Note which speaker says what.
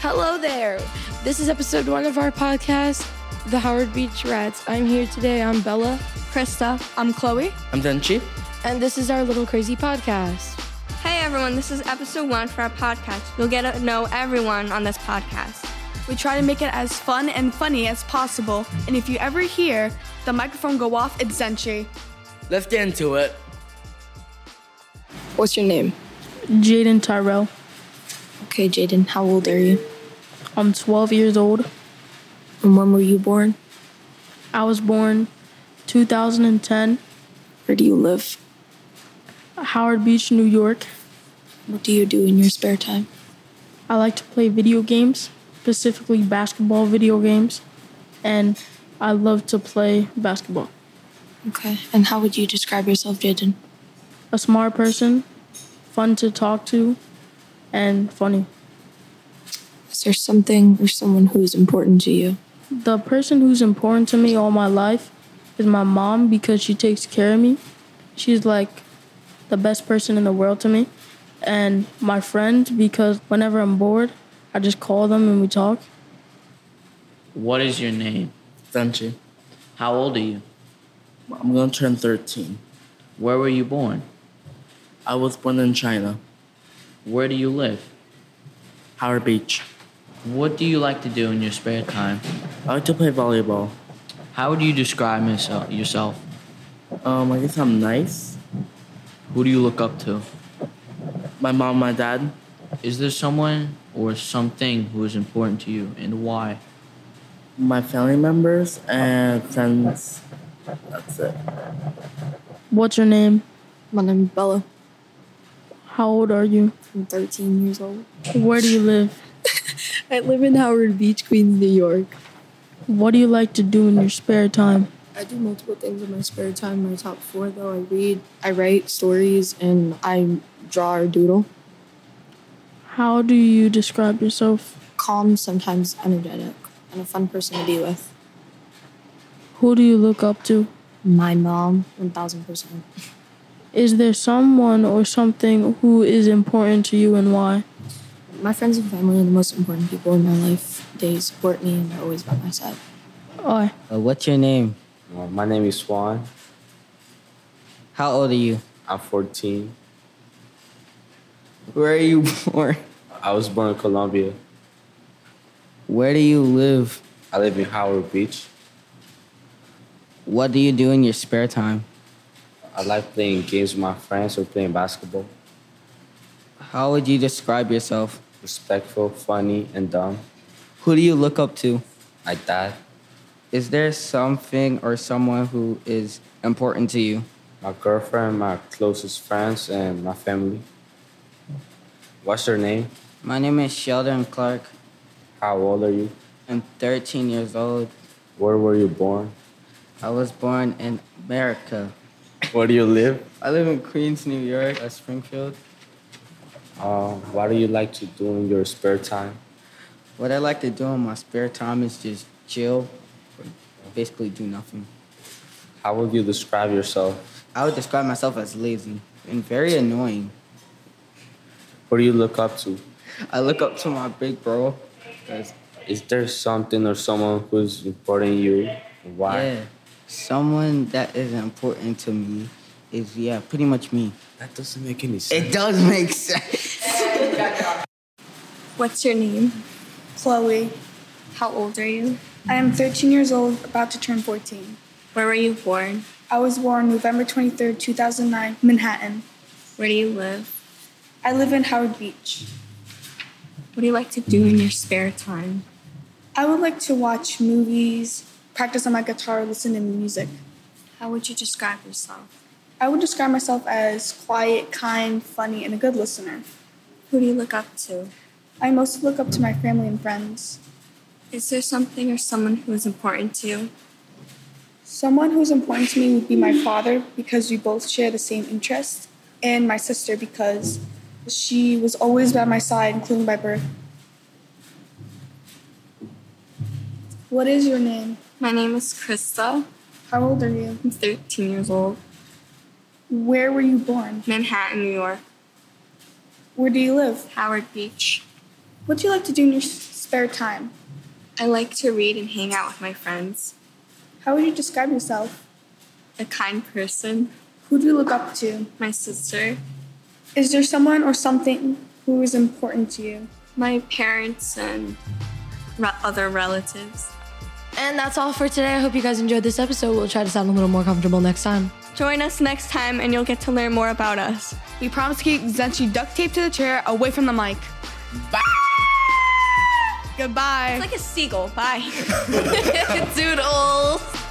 Speaker 1: Hello there. This is episode one of our podcast, The Howard Beach Rats. I'm here today. I'm Bella.
Speaker 2: Krista. I'm Chloe.
Speaker 3: I'm Denchi.
Speaker 1: And this is our little crazy podcast.
Speaker 2: Hey everyone, this is episode one for our podcast. You'll get to know everyone on this podcast.
Speaker 4: We try to make it as fun and funny as possible, and if you ever hear the microphone go off, it's Zenchi.
Speaker 3: Let's get into it.
Speaker 5: What's your name?
Speaker 6: Jaden Tyrell.
Speaker 5: Okay, Jaden, how old are you?
Speaker 6: I'm 12 years old.
Speaker 5: And when were you born?
Speaker 6: I was born 2010,
Speaker 5: Where do you live?
Speaker 6: Howard Beach, New York.
Speaker 5: What do you do in your spare time?
Speaker 6: I like to play video games, specifically basketball video games, and I love to play basketball.
Speaker 5: Okay, and how would you describe yourself, Jaden?
Speaker 6: A smart person, fun to talk to, and funny.
Speaker 5: Is there something or someone who is important to you?
Speaker 6: The person who's important to me all my life is my mom because she takes care of me. She's like the best person in the world to me. And my friends because whenever I'm bored, I just call them and we talk.
Speaker 7: What is your name?
Speaker 3: Denchi.
Speaker 7: How old are you?
Speaker 3: I'm gonna turn 13.
Speaker 7: Where were you born?
Speaker 3: I was born in China,
Speaker 7: Where do you live?
Speaker 3: Howard Beach.
Speaker 7: What do you like to do in your spare time?
Speaker 3: I like to play volleyball.
Speaker 7: How would you describe yourself? yourself?
Speaker 3: Um, I guess I'm nice.
Speaker 7: Who do you look up to?
Speaker 3: My mom, my dad.
Speaker 7: Is there someone or something who is important to you and why?
Speaker 3: my family members and friends. That's it.
Speaker 6: What's your name?
Speaker 5: My name is Bella.
Speaker 6: How old are you?
Speaker 5: I'm 13 years old.
Speaker 6: Where do you live?
Speaker 5: I live in Howard Beach, Queens, New York.
Speaker 6: What do you like to do in your spare time?
Speaker 5: I do multiple things in my spare time. My top four, though, I read, I write stories, and I draw or doodle.
Speaker 6: How do you describe yourself?
Speaker 5: Calm, sometimes energetic, and a fun person to be with.
Speaker 6: Who do you look up to?
Speaker 5: My mom, 1000%.
Speaker 6: Is there someone or something who is important to you and why?
Speaker 5: My friends and family are the most important people in my life. They support me and they're always by my side.
Speaker 6: I.
Speaker 8: Uh, what's your name?
Speaker 9: Uh, My name is Swan.
Speaker 8: How old are you?
Speaker 9: I'm 14.
Speaker 8: Where are you born?
Speaker 9: I was born in Colombia.
Speaker 8: Where do you live?
Speaker 9: I live in Howard Beach.
Speaker 8: What do you do in your spare time?
Speaker 9: I like playing games with my friends or playing basketball.
Speaker 8: How would you describe yourself?
Speaker 9: Respectful, funny, and dumb.
Speaker 8: Who do you look up to?
Speaker 9: My dad,
Speaker 8: Is there something or someone who is important to you?
Speaker 9: my girlfriend, my closest friends, and my family. What's your name?
Speaker 8: My name is Sheldon Clark.
Speaker 9: How old are you?
Speaker 8: I'm 13 years old.
Speaker 9: Where were you born?
Speaker 8: I was born in America.
Speaker 9: Where do you live?
Speaker 8: I live in Queens, New York, uh, Springfield.
Speaker 9: Um, what do you like to do in your spare time?
Speaker 8: What I like to do in my spare time is just chill, or basically do nothing.
Speaker 9: How would you describe yourself?
Speaker 8: I would describe myself as lazy and very annoying.
Speaker 9: What do you look up to?
Speaker 8: I look up to my big bro. 'cause,
Speaker 9: Is there something or someone who's important to you? Why?
Speaker 8: yeah, someone that is important to me is yeah, pretty much me.
Speaker 9: That doesn't make any sense.
Speaker 8: It does make sense.
Speaker 2: What's your name?
Speaker 4: Chloe.
Speaker 2: How old are you?
Speaker 4: I am 13 years old, about to turn 14.
Speaker 2: Where were you born?
Speaker 4: I was born November 23rd, 2009, Manhattan.
Speaker 2: Where do you live?
Speaker 4: I live in Howard Beach.
Speaker 2: What do you like to do in your spare time?
Speaker 4: I would like to watch movies, practice on my guitar, listen to music.
Speaker 2: How would you describe yourself?
Speaker 4: I would describe myself as quiet, kind, funny, and a good listener.
Speaker 2: Who do you look up to?
Speaker 4: I mostly look up to my family and friends.
Speaker 2: Is there something or someone who is important to you?
Speaker 4: Someone who's important to me would be my father because we both share the same interests, and my sister because she was always by my side, including by birth. What is your name?
Speaker 2: My name is Krista.
Speaker 4: How old are you?
Speaker 2: I'm 13 years old.
Speaker 4: Where were you born?
Speaker 2: Manhattan, New York.
Speaker 4: Where do you live?
Speaker 2: Howard Beach.
Speaker 4: What do you like to do in your s- spare time?
Speaker 2: I like to read and hang out with my friends.
Speaker 4: How would you describe yourself?
Speaker 2: A kind person.
Speaker 4: Who do you look up to?
Speaker 2: My sister.
Speaker 4: Is there someone or something who is important to you?
Speaker 2: My parents and re- other relatives.
Speaker 1: And that's all for today. I hope you guys enjoyed this episode. We'll try to sound a little more comfortable next time.
Speaker 2: Join us next time and you'll get to learn more about us.
Speaker 10: We promise to keep Zenchi duct taped to the chair away from the mic. Goodbye.
Speaker 2: Like a seagull. Bye.
Speaker 10: Doodles.